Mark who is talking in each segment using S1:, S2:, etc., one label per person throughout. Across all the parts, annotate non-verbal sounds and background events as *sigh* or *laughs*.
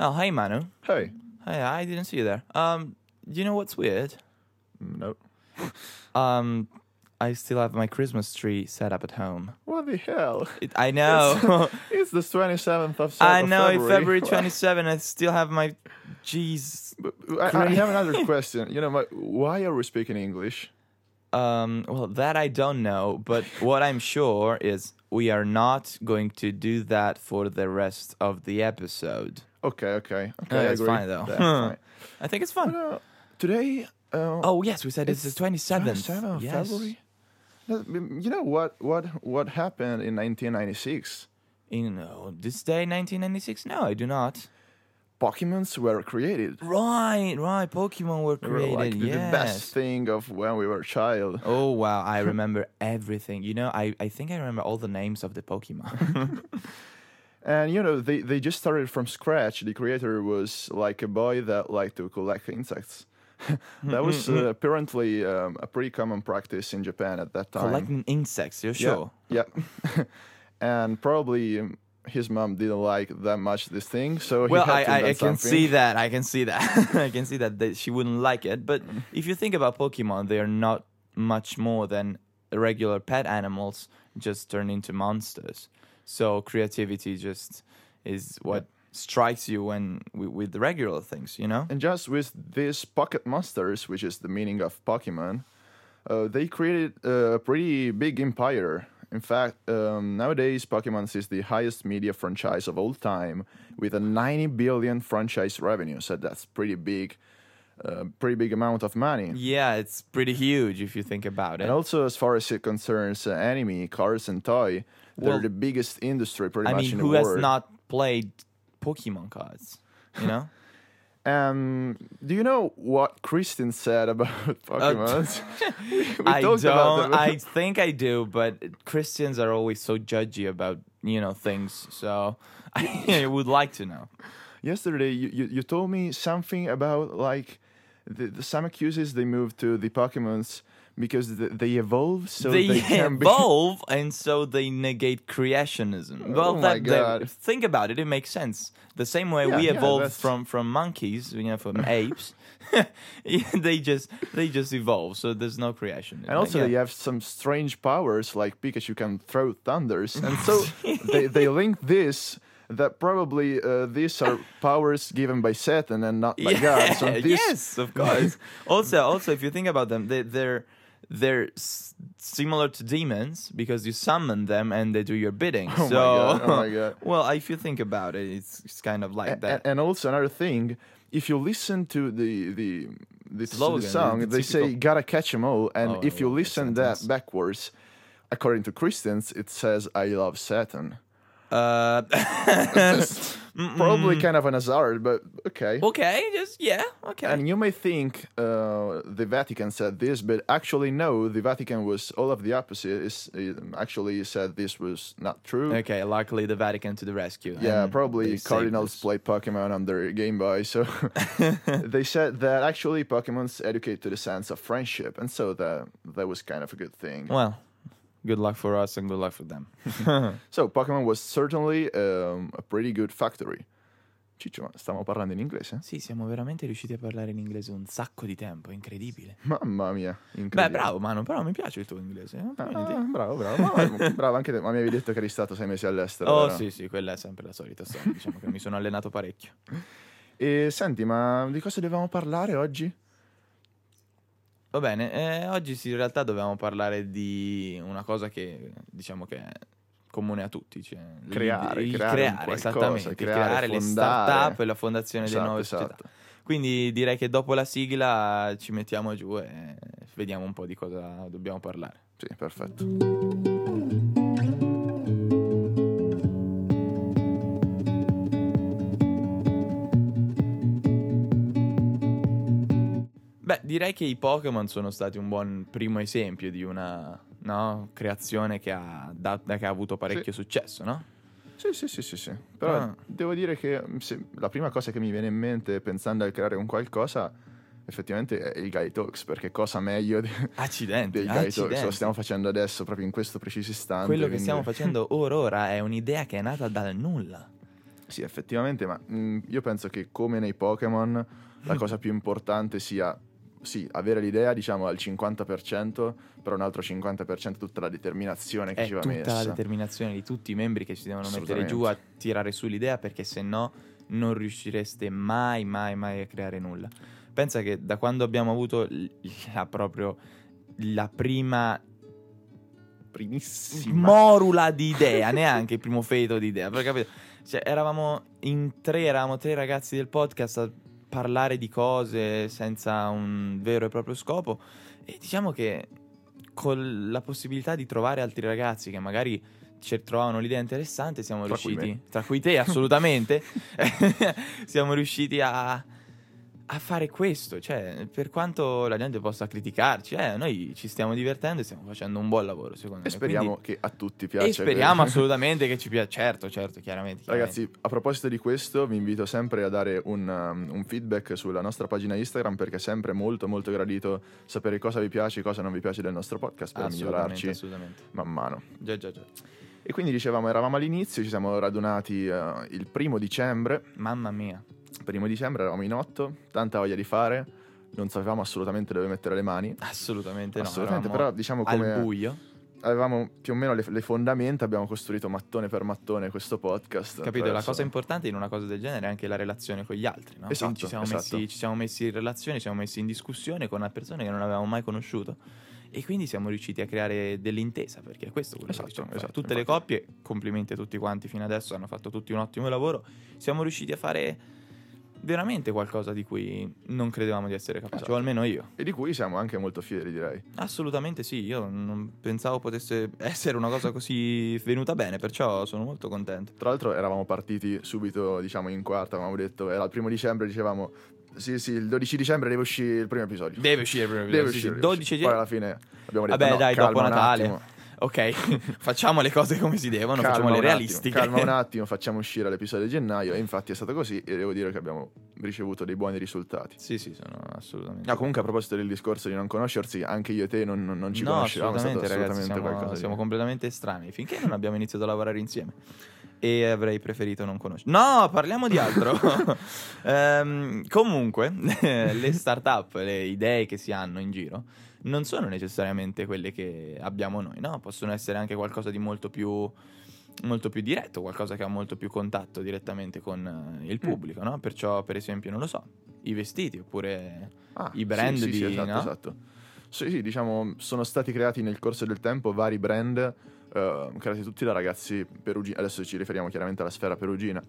S1: Oh, hey, Manu.
S2: Hey.
S1: Hey, I didn't see you there. Um, you know what's weird?
S2: Nope.
S1: Um, I still have my Christmas tree set up at home.
S2: What the hell?
S1: It, I know.
S2: It's the 27th of Sep-
S1: I
S2: of
S1: know. It's
S2: *laughs*
S1: February
S2: Well,
S1: 27. I still have my. Jeez.
S2: I, I
S1: *laughs*
S2: have another question. You know, my, why are we speaking English?
S1: Um, well, that I don't know, but what I'm sure is we are not going to do that for the rest of the episode.
S2: Okay, okay, okay.
S1: Yeah,
S2: I
S1: it's
S2: agree.
S1: fine, though.
S2: That's fine.
S1: I think it's fun.
S2: Uh, today, uh,
S1: Oh yes, we said it's, the 27th.
S2: 27th of
S1: Yes.
S2: February. That- You know what? What what happened in 1996?
S1: In uh, this day, 1996. No, I do not.
S2: Pokemons were created.
S1: Right, right. Pokemon were
S2: They were
S1: created.
S2: like the-
S1: yes.
S2: the best thing of when we were a child.
S1: Oh wow, I remember everything. You know, I, I think I remember all the names of the
S2: *laughs*
S1: Pokemon.
S2: And you know, they, they just started from scratch. The creator was like a boy that liked to collect insects. *laughs* that was
S1: Mm-hmm,
S2: uh, apparently um, a pretty common practice in Japan at that time.
S1: Collecting insects, you're
S2: Yeah,
S1: sure?
S2: Yeah. *laughs* and probably um, his mom didn't like that much this thing, so he
S1: Well,
S2: had
S1: I,
S2: to
S1: I, I
S2: invent
S1: can
S2: something.
S1: see that. I can see that. *laughs* I can see that, that she wouldn't like it. But if you think about Pokemon, they are not much more than regular pet animals just turned into monsters. So creativity just is what strikes you when with, with the regular things, you know?
S2: And just with these pocket monsters, which is the meaning of Pokemon, uh, they created a pretty big empire. In fact, um, nowadays Pokemon is the highest media franchise of all time, with a 90 billion franchise revenue. So that's pretty big, uh, pretty big amount of money.
S1: Yeah, it's pretty huge if you think about it.
S2: And also, as far as it concerns uh, anime, cars, and toy, they're
S1: Well,
S2: the biggest industry pretty
S1: I
S2: much
S1: mean,
S2: in
S1: who
S2: the
S1: has
S2: world.
S1: not played Pokemon cards? You know?
S2: Um, do you know what Kristen said
S1: Uh,
S2: about *laughs*
S1: *laughs*
S2: Pokemon? *laughs* we
S1: I
S2: talked about
S1: don't.
S2: them. *laughs*
S1: I think I do, but Christians are always so judgy about you know things. So I *laughs* would like to know.
S2: Yesterday, you, you, you told me something about like the, the some accuses they move to the Pokemons because th- they evolve so
S1: they,
S2: they, can
S1: evolve, and so they negate creationism. well,
S2: Oh my
S1: that, that-
S2: God.
S1: think about it. It makes sense. The same way
S2: Yeah,
S1: we
S2: yeah,
S1: evolved
S2: that's-
S1: from from monkeys, you know,
S2: *laughs*
S1: from apes. *laughs* Yeah, they just they just evolve. So there's no creationism.
S2: *laughs* And also,
S1: yeah.
S2: they have some strange powers, like Pikachu can throw thunders. And
S1: *laughs*
S2: so they, they link this that probably uh, these are powers given by Satan and not by God.
S1: *laughs*
S2: So this,
S1: yes,
S2: *laughs*
S1: of course. also, also, if you think about them, they, they're they're s- similar to demons because you summon them and they do your bidding.
S2: my
S1: so,
S2: God, *laughs* oh my God.
S1: *laughs* well, if you think about it, it's, it's kind of like
S2: A-
S1: that.
S2: And also another thing, if you listen to the the the, s-
S1: Slogan,
S2: the song,
S1: the- the
S2: they say
S1: typical-
S2: "gotta catch 'em all," and
S1: Oh, I
S2: if you
S1: love that
S2: listen
S1: sentence.
S2: that backwards, according to Christians, it says "I love Satan." *laughs*
S1: uh, *laughs*
S2: That's probably kind of an hazard, but okay.
S1: okay, just yeah, okay.
S2: and you may think uh, the Vatican said this, but actually no, the Vatican was all of the opposite. Is actually said this was not true.
S1: Okay, luckily the Vatican to the rescue.
S2: Yeah,
S1: and they
S2: probably
S1: saved
S2: Cardinals
S1: us.
S2: play Pokemon on their Game Boy,
S1: *laughs*
S2: so *laughs* they said that actually Pokemons educate to the sense of friendship, and so that that was kind of a good thing.
S1: Well, good luck for us and good luck for them.
S2: So Pokemon was certainly um, a pretty good factory. Ciccio, ma stiamo parlando in inglese? eh?
S1: Sì, siamo veramente riusciti a parlare in inglese un sacco di tempo, incredibile.
S2: Mamma mia,
S1: Beh,
S2: incredibile.
S1: bravo, Manu, però mi piace il tuo inglese. eh?
S2: Ah,
S1: *laughs*
S2: bravo, bravo, Ma- bravo, anche te, ma mi avevi detto che eri stato sei mesi all'estero.
S1: Oh
S2: vero?
S1: sì, sì, quella è sempre la solita storia. diciamo che mi sono allenato parecchio.
S2: E senti, ma di cosa dovevamo parlare oggi?
S1: Va bene, eh, oggi sì, in realtà dovevamo parlare di una cosa che diciamo che è comune a tutti. Cioè, l'id-
S2: Creare,
S1: il
S2: creare un qualcosa,
S1: esattamente,
S2: creare,
S1: le
S2: fondare.
S1: start-up e la fondazione
S2: Esatto,
S1: delle nuove
S2: esatto.
S1: società. Quindi direi che dopo la sigla ci mettiamo giù e vediamo un po' di cosa dobbiamo parlare.
S2: Sì, perfetto.
S1: Beh, direi che i Pokémon sono stati un buon primo esempio di una no, creazione che ha, dat- che ha avuto parecchio successo, no?
S2: Sì, sì, sì, sì, sì. Però
S1: Ah.
S2: devo dire che mm, se- la prima cosa che mi viene in mente pensando a creare un qualcosa effettivamente è il Guy Talks, perché cosa meglio de-
S1: Accidenti,
S2: del Guy Talks? Lo
S1: accidenti.
S2: stiamo facendo adesso, proprio in questo preciso istante.
S1: Quello che
S2: quindi-
S1: stiamo facendo or ora è un'idea che è nata dal nulla.
S2: Sì, effettivamente, ma mm, io penso che come nei Pokémon
S1: Mm.
S2: la cosa più importante sia sì, avere l'idea, diciamo, al 50%, però un altro 50% tutta la determinazione che
S1: È
S2: ci va
S1: tutta la
S2: messa.
S1: determinazione di tutti i membri che si devono mettere giù a tirare su l'idea perché se no non riuscireste mai, mai, mai a creare nulla. Pensa che da quando abbiamo avuto l- la proprio la prima
S2: Primissima.
S1: morula di idea, neanche il primo feto di idea, per capire. Cioè, eravamo in tre, eravamo tre ragazzi del podcast a parlare di cose senza un vero e proprio scopo e diciamo che con la possibilità di trovare altri ragazzi che magari ci trovavano l'idea interessante, siamo
S2: Tra cui
S1: riusciti, tra cui te assolutamente,
S2: *laughs*
S1: siamo riusciti a, a fare questo. Cioè, per quanto la gente possa criticarci, eh, noi ci stiamo divertendo e stiamo facendo un buon lavoro, secondo me.
S2: e speriamo
S1: Quindi-
S2: che a tutti piaccia.
S1: e
S2: *laughs*
S1: speriamo
S2: questo.
S1: assolutamente che ci piaccia. Certo, certo, chiaramente. chiaramente.
S2: Ragazzi, a proposito di questo, vi invito sempre a dare un, um, un feedback sulla nostra pagina Instagram perché è sempre molto molto gradito sapere cosa vi piace e cosa non vi piace del nostro podcast per
S1: assolutamente,
S2: migliorarci
S1: assolutamente.
S2: man mano.
S1: Già, già, già.
S2: E quindi dicevamo, eravamo all'inizio, ci siamo radunati eh, il primo dicembre,
S1: Mamma mia.
S2: primo dicembre eravamo in otto, tanta voglia di fare, non sapevamo assolutamente dove mettere le mani.
S1: Assolutamente no.
S2: assolutamente, però
S1: eravamo
S2: diciamo
S1: al
S2: come
S1: buio,
S2: avevamo più o meno le, le fondamenta, abbiamo costruito mattone per mattone questo podcast.
S1: capito? La
S2: attraverso-
S1: cosa importante in una cosa del genere è anche la relazione con gli altri. No? Quindi
S2: Esatto,
S1: ci, siamo
S2: esatto.
S1: messi, ci siamo messi in relazione, ci siamo messi in discussione con una persona che non avevamo mai conosciuto. E quindi siamo riusciti a creare dell'intesa, perché questo è quello
S2: Esatto,
S1: che diciamo.
S2: esatto,
S1: Tutte le coppie, complimenti a tutti quanti fino adesso, hanno fatto tutti un ottimo lavoro. Siamo riusciti a fare veramente qualcosa di cui non credevamo di essere capaci,
S2: Esatto.
S1: o almeno io.
S2: E di cui siamo anche molto fieri, direi.
S1: Assolutamente sì, io non pensavo potesse essere una cosa così venuta bene, perciò sono molto contento.
S2: Tra l'altro eravamo partiti subito, diciamo, in quarta, avevamo detto, era il primo dicembre, dicevamo, sì, sì, il 12 dicembre deve uscire il primo episodio.
S1: Deve uscire prima
S2: Deve uscire.
S1: 12
S2: Poi alla fine abbiamo detto,
S1: Vabbè,
S2: no,
S1: dai,
S2: calma
S1: dopo
S2: un
S1: Natale.
S2: attimo,
S1: Ok, *laughs* facciamo le cose come si devono,
S2: calma
S1: facciamo
S2: un
S1: le
S2: attimo,
S1: realistiche. *laughs*
S2: calma un attimo, facciamo uscire l'episodio di gennaio. E infatti è stato così e devo dire che abbiamo ricevuto dei buoni risultati.
S1: sì, sì, sono assolutamente.
S2: No, comunque a proposito del discorso di non conoscersi, anche io e te non, non- non ci
S1: No,
S2: conoscevamo, è stato
S1: assolutamente, ragazzi,
S2: assolutamente
S1: siamo,
S2: qualcosa di-
S1: siamo completamente estranei finché non abbiamo iniziato a lavorare insieme. E avrei preferito non conoscere. No, parliamo di altro.
S2: *laughs*
S1: Ehm, comunque, *laughs* le start-up, le idee che si hanno in giro, non sono necessariamente quelle che abbiamo noi, no? Possono essere anche qualcosa di molto più, molto più diretto, qualcosa che ha molto più contatto direttamente con eh, il
S2: Mm.
S1: pubblico, no? Perciò, per esempio, non lo so, i vestiti oppure...
S2: Ah,
S1: i brand
S2: sì, sì, sì,
S1: di-
S2: esatto,
S1: no?
S2: esatto. Sì, sì, diciamo, sono stati creati nel corso del tempo vari brand, eh, creati tutti da ragazzi perugini. Adesso ci riferiamo chiaramente alla sfera perugina.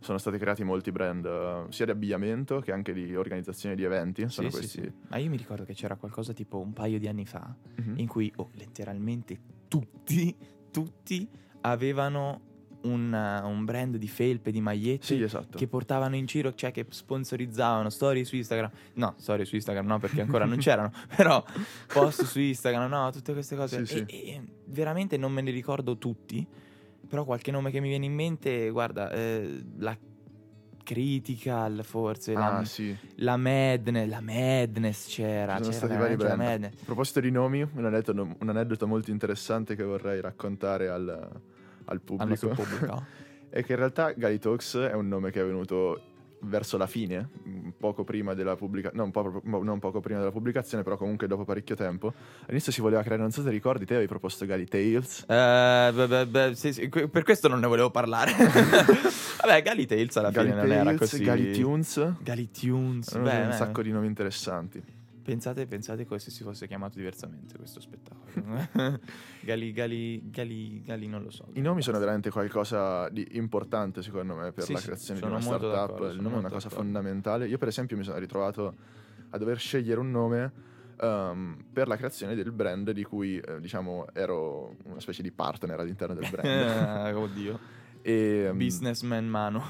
S2: Sono stati creati molti brand, eh, sia di abbigliamento che anche di organizzazione di eventi. Sono
S1: Sì, sì,
S2: questi.
S1: sì. Ma io mi ricordo che c'era qualcosa tipo un paio di anni fa
S2: Mhm.
S1: in cui oh, letteralmente tutti, tutti avevano un, uh, un brand di felpe, di magliette
S2: Sì, esatto.
S1: che portavano in giro, cioè che sponsorizzavano storie su Instagram. No, storie su Instagram no perché ancora
S2: *laughs*
S1: non c'erano, però post su Instagram, no, tutte queste cose. e,
S2: Sì,
S1: e veramente non me ne ricordo tutti, però qualche nome che mi viene in mente, guarda, eh, la Critical forse, la,
S2: Ah, sì.
S1: la Madness, la Madness c'era,
S2: Ci sono
S1: c'era
S2: stati vari
S1: veramente la
S2: brand.
S1: Madness.
S2: A proposito di nomi, un aneddoto, un aneddoto molto interessante che vorrei raccontare al, al
S1: Al nostro
S2: pubblico. *laughs*
S1: pubblico.
S2: è che in realtà Galitox è un nome che è venuto verso la fine, mh, poco prima della pubblicazione, non, po- mo- non poco prima della pubblicazione, però comunque dopo parecchio tempo. All'inizio si voleva creare, non so se ricordi, te avevi proposto Galitales.
S1: Eh, beh, beh, beh, sì, sì, que- per questo non ne volevo parlare.
S2: *laughs*
S1: Vabbè, Gali Tales alla fine non era così.
S2: Galitunes,
S1: Gali Tunes,
S2: erano
S1: beh, eh.
S2: un
S1: beh,
S2: sacco di nomi interessanti.
S1: Pensate, pensate come se si fosse chiamato diversamente questo spettacolo.
S2: *laughs*
S1: Gali, Gali, Gali, Gali, non lo so.
S2: I nomi sono veramente qualcosa di importante secondo me per
S1: Sì,
S2: la
S1: sì,
S2: creazione di
S1: sono
S2: una
S1: molto
S2: startup,
S1: d'accordo,
S2: il
S1: sono
S2: nome è una
S1: molto
S2: cosa
S1: d'accordo.
S2: fondamentale. Io per esempio mi sono ritrovato a dover scegliere un nome ehm, per la creazione del brand di cui eh, diciamo ero una specie di partner all'interno
S1: *laughs*
S2: del brand.
S1: Eh, oddio.
S2: e, ehm,
S1: Businessman Mano.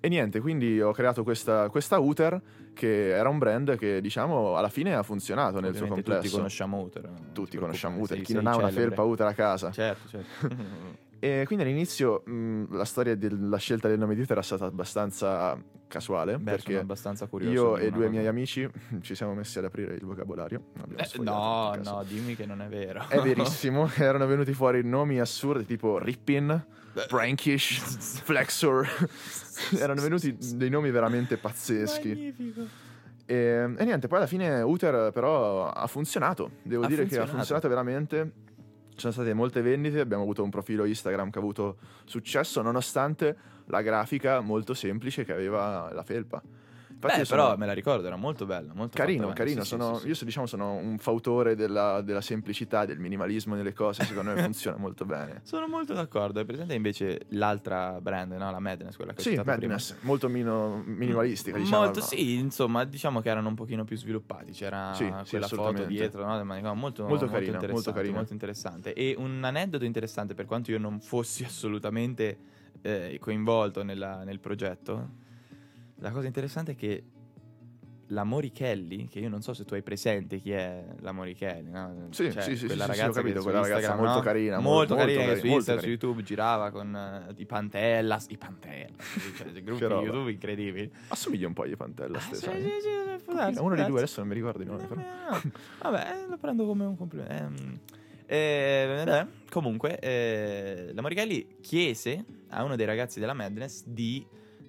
S2: e niente, quindi ho creato questa, questa Uter che era un brand che diciamo alla fine ha funzionato nel suo
S1: Ovviamente
S2: complesso.
S1: Tutti conosciamo Uter. non ti
S2: Tutti
S1: preoccupare,
S2: conosciamo Uter,
S1: sei-
S2: chi
S1: sei
S2: non ha una
S1: celebre.
S2: felpa Uter a casa.
S1: Certo,
S2: *laughs*
S1: certo.
S2: mm, E quindi all'inizio mh, la storia della scelta del nome di Uter è stata abbastanza casuale
S1: Beh,
S2: perché
S1: sono abbastanza curioso.
S2: io
S1: di
S2: e
S1: una
S2: due
S1: cosa.
S2: miei amici *laughs* ci siamo messi ad aprire il vocabolario. Abbiamo
S1: Eh,
S2: sfogliato
S1: no,
S2: in tutto caso.
S1: no, dimmi che non è vero. *laughs*
S2: È verissimo, *laughs* erano venuti fuori nomi assurdi tipo Rippin, Prankish,
S1: *laughs*
S2: Flexor. erano venuti dei nomi veramente pazzeschi.
S1: Magnifico.
S2: Ehm, E, e niente, poi alla fine Uther però ha funzionato, devo
S1: Ha
S2: dire che ha
S1: funzionato.
S2: funzionato veramente. Ci sono state molte vendite, abbiamo avuto un profilo Instagram che ha avuto successo nonostante la grafica molto semplice che aveva la felpa. Infatti
S1: Beh,
S2: sono-
S1: però me la ricordo, era molto bella, molto
S2: Carino,
S1: fatta bene.
S2: carino,
S1: Sì, sì,
S2: sono-
S1: sì, sì.
S2: io so- diciamo sono un fautore della, della semplicità, del minimalismo nelle cose,
S1: *laughs*
S2: secondo me funziona molto bene.
S1: Sono molto d'accordo. È presente invece l'altra brand, no? La Madness, quella che ho
S2: Sì,
S1: citato
S2: Madness, molto mino- minimalistica, diciamo.
S1: Molto,
S2: no?
S1: sì, insomma, diciamo che erano un pochino più sviluppati. C'era
S2: Sì, sì,
S1: quella foto
S2: assolutamente.
S1: dietro, no? del manicomio, molto,
S2: Molto
S1: molto,
S2: carina, molto
S1: interessante,
S2: carina.
S1: molto interessante. E un aneddoto interessante, per quanto io non fossi *laughs* assolutamente eh, coinvolto nella- nel progetto, la cosa interessante è che la Morichelli, che io non so se tu hai presente chi è la Morichelli, no?
S2: Sì,
S1: Cioè,
S2: sì, sì,
S1: quella
S2: sì, sì, ho
S1: ragazza che
S2: capito,
S1: su
S2: quella ragazza
S1: Instagram,
S2: molto
S1: no?
S2: carina,
S1: molto,
S2: molto
S1: carina,
S2: carina,
S1: che su
S2: molto
S1: Instagram, su
S2: carina.
S1: YouTube girava con eh, i Pantella, i
S2: *laughs*
S1: Pantella, cioè, dei gruppi
S2: Che roba.
S1: YouTube incredibili.
S2: Assomiglia un po' agli Pantella
S1: Ah, sì,
S2: stessa. eh.
S1: sì, sì, sì, può darsi,
S2: Uno
S1: può
S2: dei due,
S1: darsi.
S2: adesso non mi ricordo i nomi, però.
S1: No,
S2: *laughs*
S1: no, no. Vabbè, lo prendo come un complimento. Ehm, eh, eh, comunque, eh, la Morichelli chiese a uno dei ragazzi della Madness di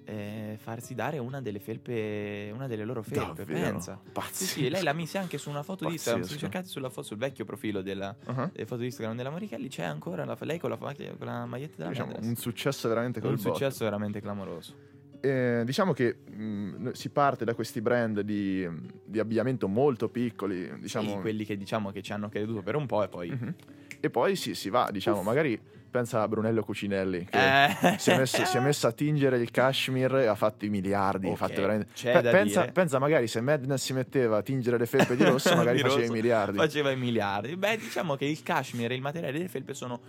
S1: eh, farsi dare una delle felpe, una delle loro felpe,
S2: Davvero?
S1: pensa. Sì,
S2: Pazzesco.
S1: sì, e lei la mise anche su una foto di Instagram. Se
S2: Pazzesco.
S1: cercate sulla fo- sul vecchio profilo della
S2: Ah,
S1: eh, foto di Instagram della Morichelli, c'è ancora la- lei con la, fa- con la maglietta della
S2: Diciamo, un
S1: Madness.
S2: successo veramente col
S1: Un
S2: botto.
S1: successo veramente clamoroso.
S2: Eh, diciamo che mh, no- si parte da questi brand di, di abbigliamento molto piccoli, diciamo,
S1: Sì, quelli che diciamo che ci hanno creduto per un po' e poi...
S2: Mhm. e poi si, si va, diciamo, magari pensa a Brunello Cucinelli che
S1: Eh.
S2: si, è messo, si è messo a tingere il cashmere e ha fatto i miliardi. ha
S1: Ok,
S2: fatto veramente-
S1: c'è da
S2: pensa,
S1: dire.
S2: pensa magari se Madness si metteva a tingere le felpe di rosso, magari
S1: *laughs* Di
S2: faceva
S1: rosso.
S2: i miliardi.
S1: Faceva i miliardi. Beh, diciamo che il cashmere e il materiale delle felpe sono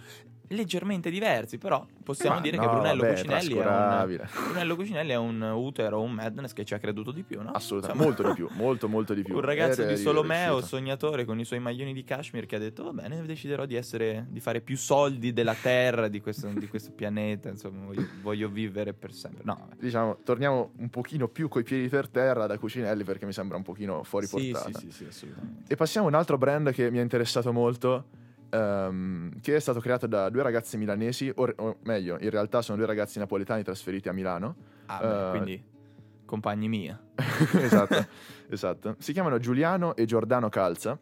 S1: leggermente diversi, però possiamo
S2: Ma
S1: dire
S2: no,
S1: che Brunello
S2: vabbè,
S1: Cucinelli è un
S2: trascurabile.
S1: Brunello Cucinelli è un utero, un madness che ci ha creduto di più, no?
S2: Assolutamente,
S1: Insomma,
S2: molto
S1: *laughs*
S2: di più, molto molto di più.
S1: Un ragazzo
S2: Ed è
S1: di Solomeo,
S2: riuscito.
S1: sognatore con i suoi maglioni di cashmere che ha detto "Va bene, deciderò di essere di fare più soldi della terra, di questo, di questo pianeta, insomma, voglio, voglio vivere per sempre". No, vabbè.
S2: Diciamo, torniamo un pochino più coi piedi per terra da Cucinelli perché mi sembra un pochino fuori
S1: Sì,
S2: portata.
S1: sì, sì, sì, assolutamente.
S2: E passiamo a un altro brand che mi ha interessato molto, ehm, che è stato creato da due ragazzi milanesi, o, o meglio, in realtà sono due ragazzi napoletani trasferiti
S1: *laughs*
S2: a Milano.
S1: Ah, beh,
S2: Eh,
S1: quindi compagni mia.
S2: esatto, esatto. Si chiamano Giuliano e Giordano Calza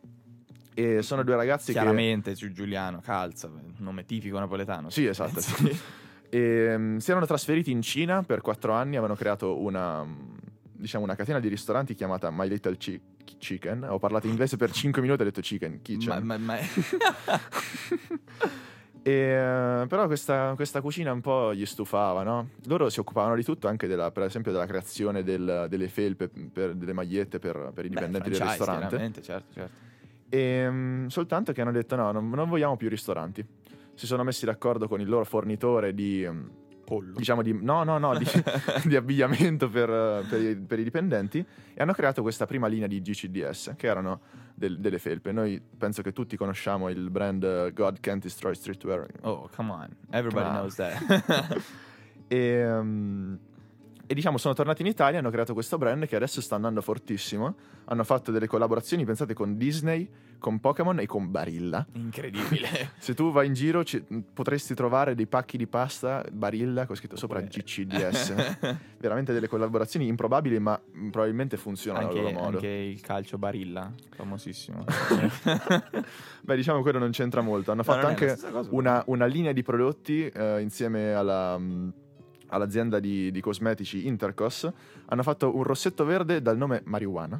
S2: e sono due ragazzi che...
S1: Chiaramente su Giuliano Calza, nome tipico napoletano. Eh,
S2: Sì, esatto.
S1: Sì.
S2: Ehm, si erano trasferiti in Cina per quattro anni, avevano creato una, mh, diciamo, una catena di ristoranti chiamata My Little Chi- Chicken. Ho parlato in inglese per 5 minuti e ho detto chicken, kitchen.
S1: Ma, ma-
S2: *laughs*
S1: ma-
S2: E, eh, però questa, questa cucina un po' gli stufava, no? Loro si occupavano di tutto, anche della- per esempio della creazione del- delle felpe, per- delle magliette per, per i
S1: Beh,
S2: dipendenti del
S1: franchise,
S2: ristorante.
S1: chiaramente, certo, certo.
S2: E, mm, soltanto che hanno detto no, non, non vogliamo più ristoranti. Si sono messi d'accordo con il loro fornitore di... mm,
S1: Pollo.
S2: Diciamo di... No, no, no, di,
S1: certo.
S2: *laughs* di abbigliamento per, eh, per i, per i dipendenti e hanno creato questa prima linea di GCDS che erano del- delle felpe. Noi penso che tutti conosciamo il brand eh, God Can't Destroy Streetwear,
S1: Oh, come on. Everybody
S2: Come on.
S1: knows
S2: *laughs*
S1: that.
S2: E, ehm, e diciamo sono tornati in Italia, hanno creato questo brand che adesso sta andando fortissimo. Hanno fatto delle collaborazioni, pensate, con Disney, con Pokémon e con Barilla.
S1: Incredibile.
S2: Se tu vai in giro ci- potresti trovare dei pacchi di pasta Barilla con scritto
S1: *laughs*
S2: sopra
S1: Beh.
S2: GCDS. Veramente delle collaborazioni improbabili, ma mm, probabilmente funzionano a
S1: anche,
S2: loro modo.
S1: anche il calcio Barilla, famosissimo. *laughs*
S2: *laughs* Beh, diciamo quello non c'entra molto. Hanno
S1: No,
S2: fatto
S1: non è la
S2: anche
S1: stessa cosa, ma-
S2: una, una linea di prodotti eh, insieme alla, mh, all'azienda di, di cosmetici Intercos. Hanno fatto un rossetto verde dal nome marijuana,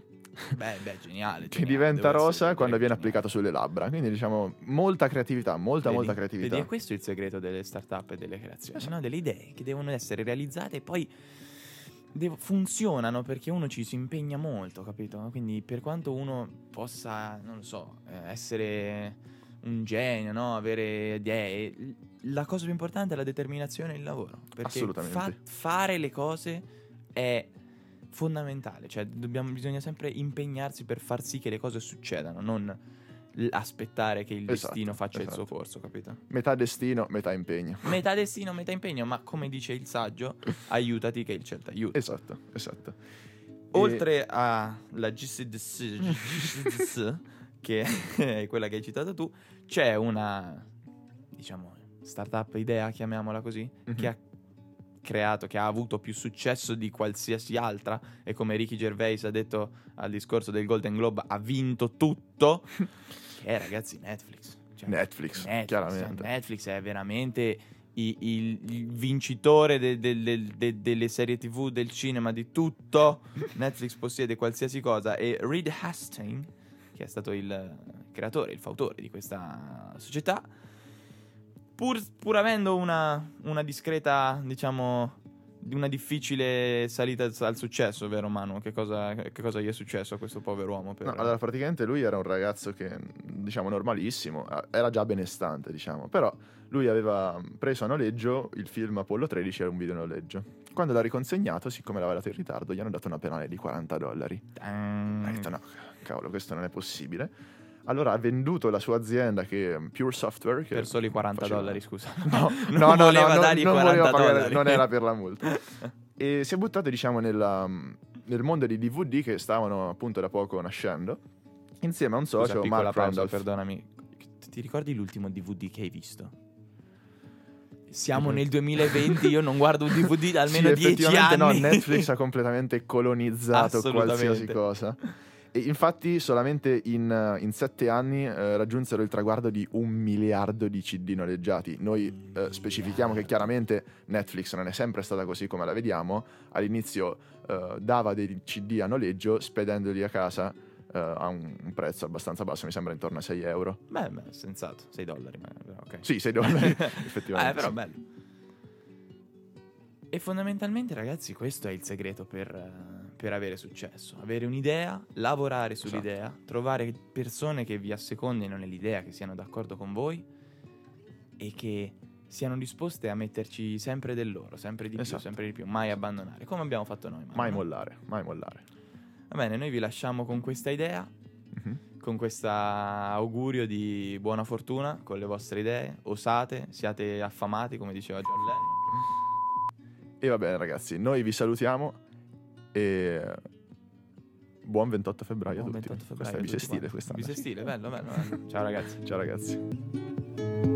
S1: Beh, beh, geniale.
S2: che
S1: geniale,
S2: diventa
S1: devo essere-
S2: rosa
S1: devo
S2: quando
S1: dire
S2: viene
S1: che geniale.
S2: applicato sulle labbra. Quindi diciamo molta creatività, molta
S1: Vedi?
S2: molta
S1: Vedi,
S2: creatività.
S1: è questo il segreto delle start-up e delle creazioni.
S2: Esatto.
S1: Sono delle idee che devono essere realizzate e poi devo- funzionano perché uno ci si impegna molto, capito? Quindi per quanto uno possa, non lo so, eh, essere un genio, no? avere idee, l- la cosa più importante è la determinazione e il lavoro. Perché
S2: Assolutamente.
S1: fare le cose è fondamentale, cioè dobbiamo- bisogna sempre impegnarsi per far sì che le cose succedano, non l- aspettare che il
S2: Esatto,
S1: destino faccia il suo
S2: esatto.
S1: corso, capito?
S2: Metà destino, metà impegno.
S1: Metà destino, metà impegno, ma come dice il
S2: *laughs*
S1: saggio, aiutati che il cielo ti aiuta.
S2: Esatto, esatto.
S1: Oltre alla GCDC,
S2: *laughs*
S1: GCDC, che è quella che hai citato tu, c'è una, diciamo, startup idea, chiamiamola così,
S2: Mhm.
S1: che ha creato, che ha avuto più successo di qualsiasi altra e come Ricky Gervais ha detto al discorso del Golden Globe, ha vinto tutto, che è ragazzi Netflix. Cioè,
S2: Netflix,
S1: Netflix,
S2: chiaramente.
S1: eh, Netflix è veramente i- il, il vincitore de- de- de- de- delle serie tv, del cinema, di
S2: *laughs*
S1: tutto. Netflix possiede qualsiasi cosa e Reed Hastings, che è stato il creatore, il fautore di questa società, pur, pur avendo una, una discreta, diciamo, di una difficile salita al, al successo, vero Manu? Che cosa, che cosa gli è successo a questo povero uomo? Per...
S2: No, allora praticamente lui era un ragazzo che, diciamo, normalissimo, eh, era già benestante, diciamo, però lui aveva preso a noleggio il film Apollo 13 era un video noleggio. Quando l'ha riconsegnato, siccome l'aveva dato in ritardo, gli hanno dato una penale di 40 dollari.
S1: Tan.
S2: Ha detto no, cavolo, questo non è possibile. Allora ha venduto la sua azienda che Pure Software che
S1: per soli 40
S2: faceva-
S1: dollari, scusa.
S2: *laughs* No,
S1: *laughs* non
S2: no, no, no,
S1: voleva
S2: no,
S1: dargli
S2: non
S1: 40
S2: voleva pagare-
S1: dollari.
S2: non era per
S1: *laughs*
S2: la multa. E si è buttato, diciamo, nella- nel mondo di DVD che stavano appunto da poco nascendo. Insieme a un
S1: Scusa,
S2: socio,
S1: piccola
S2: Mark
S1: pausa,
S2: Randolph.
S1: perdonami. Ti ricordi l'ultimo DVD che hai visto? Siamo
S2: Mhm.
S1: nel 2020, io non guardo un DVD da almeno
S2: *laughs* Sì,
S1: 10
S2: effettivamente
S1: anni.
S2: no, Netflix ha
S1: *laughs*
S2: completamente colonizzato
S1: Assolutamente.
S2: qualsiasi cosa. E infatti solamente in, in sette anni eh, raggiunsero il traguardo di un miliardo di CD noleggiati. Noi eh, specifichiamo che chiaramente Netflix non è sempre stata così come la vediamo. All'inizio eh, dava dei CD a noleggio spedendoli a casa eh, a un, un prezzo abbastanza basso, mi sembra intorno a 6 euro.
S1: Beh, beh, sensato, 6 dollari, ma però, ok.
S2: Sì, 6 dollari,
S1: *laughs*
S2: effettivamente.
S1: Eh, però
S2: sì.
S1: bello. E fondamentalmente, ragazzi, questo è il segreto per, eh, per avere successo. Avere un'idea, lavorare
S2: Esatto.
S1: sull'idea, trovare persone che vi assecondino nell'idea, che siano d'accordo con voi e che siano disposte a metterci sempre del loro, sempre di più,
S2: Esatto.
S1: sempre di più, mai abbandonare, come abbiamo fatto noi. Manu,
S2: Mai
S1: no?
S2: mollare, mai mollare.
S1: Va bene, noi vi lasciamo con questa idea,
S2: Mhm.
S1: con questo augurio di buona fortuna con le vostre idee. Osate, siate affamati, come diceva John Lennon.
S2: E va bene, ragazzi, noi vi salutiamo e buon 28 febbraio
S1: Buon
S2: a tutti.
S1: 28 febbraio
S2: questa
S1: a
S2: è
S1: tutti quanti. Bisestile,
S2: bisestile, quest'anno.
S1: bello, bello, bello. Ciao ragazzi.
S2: Ciao ragazzi.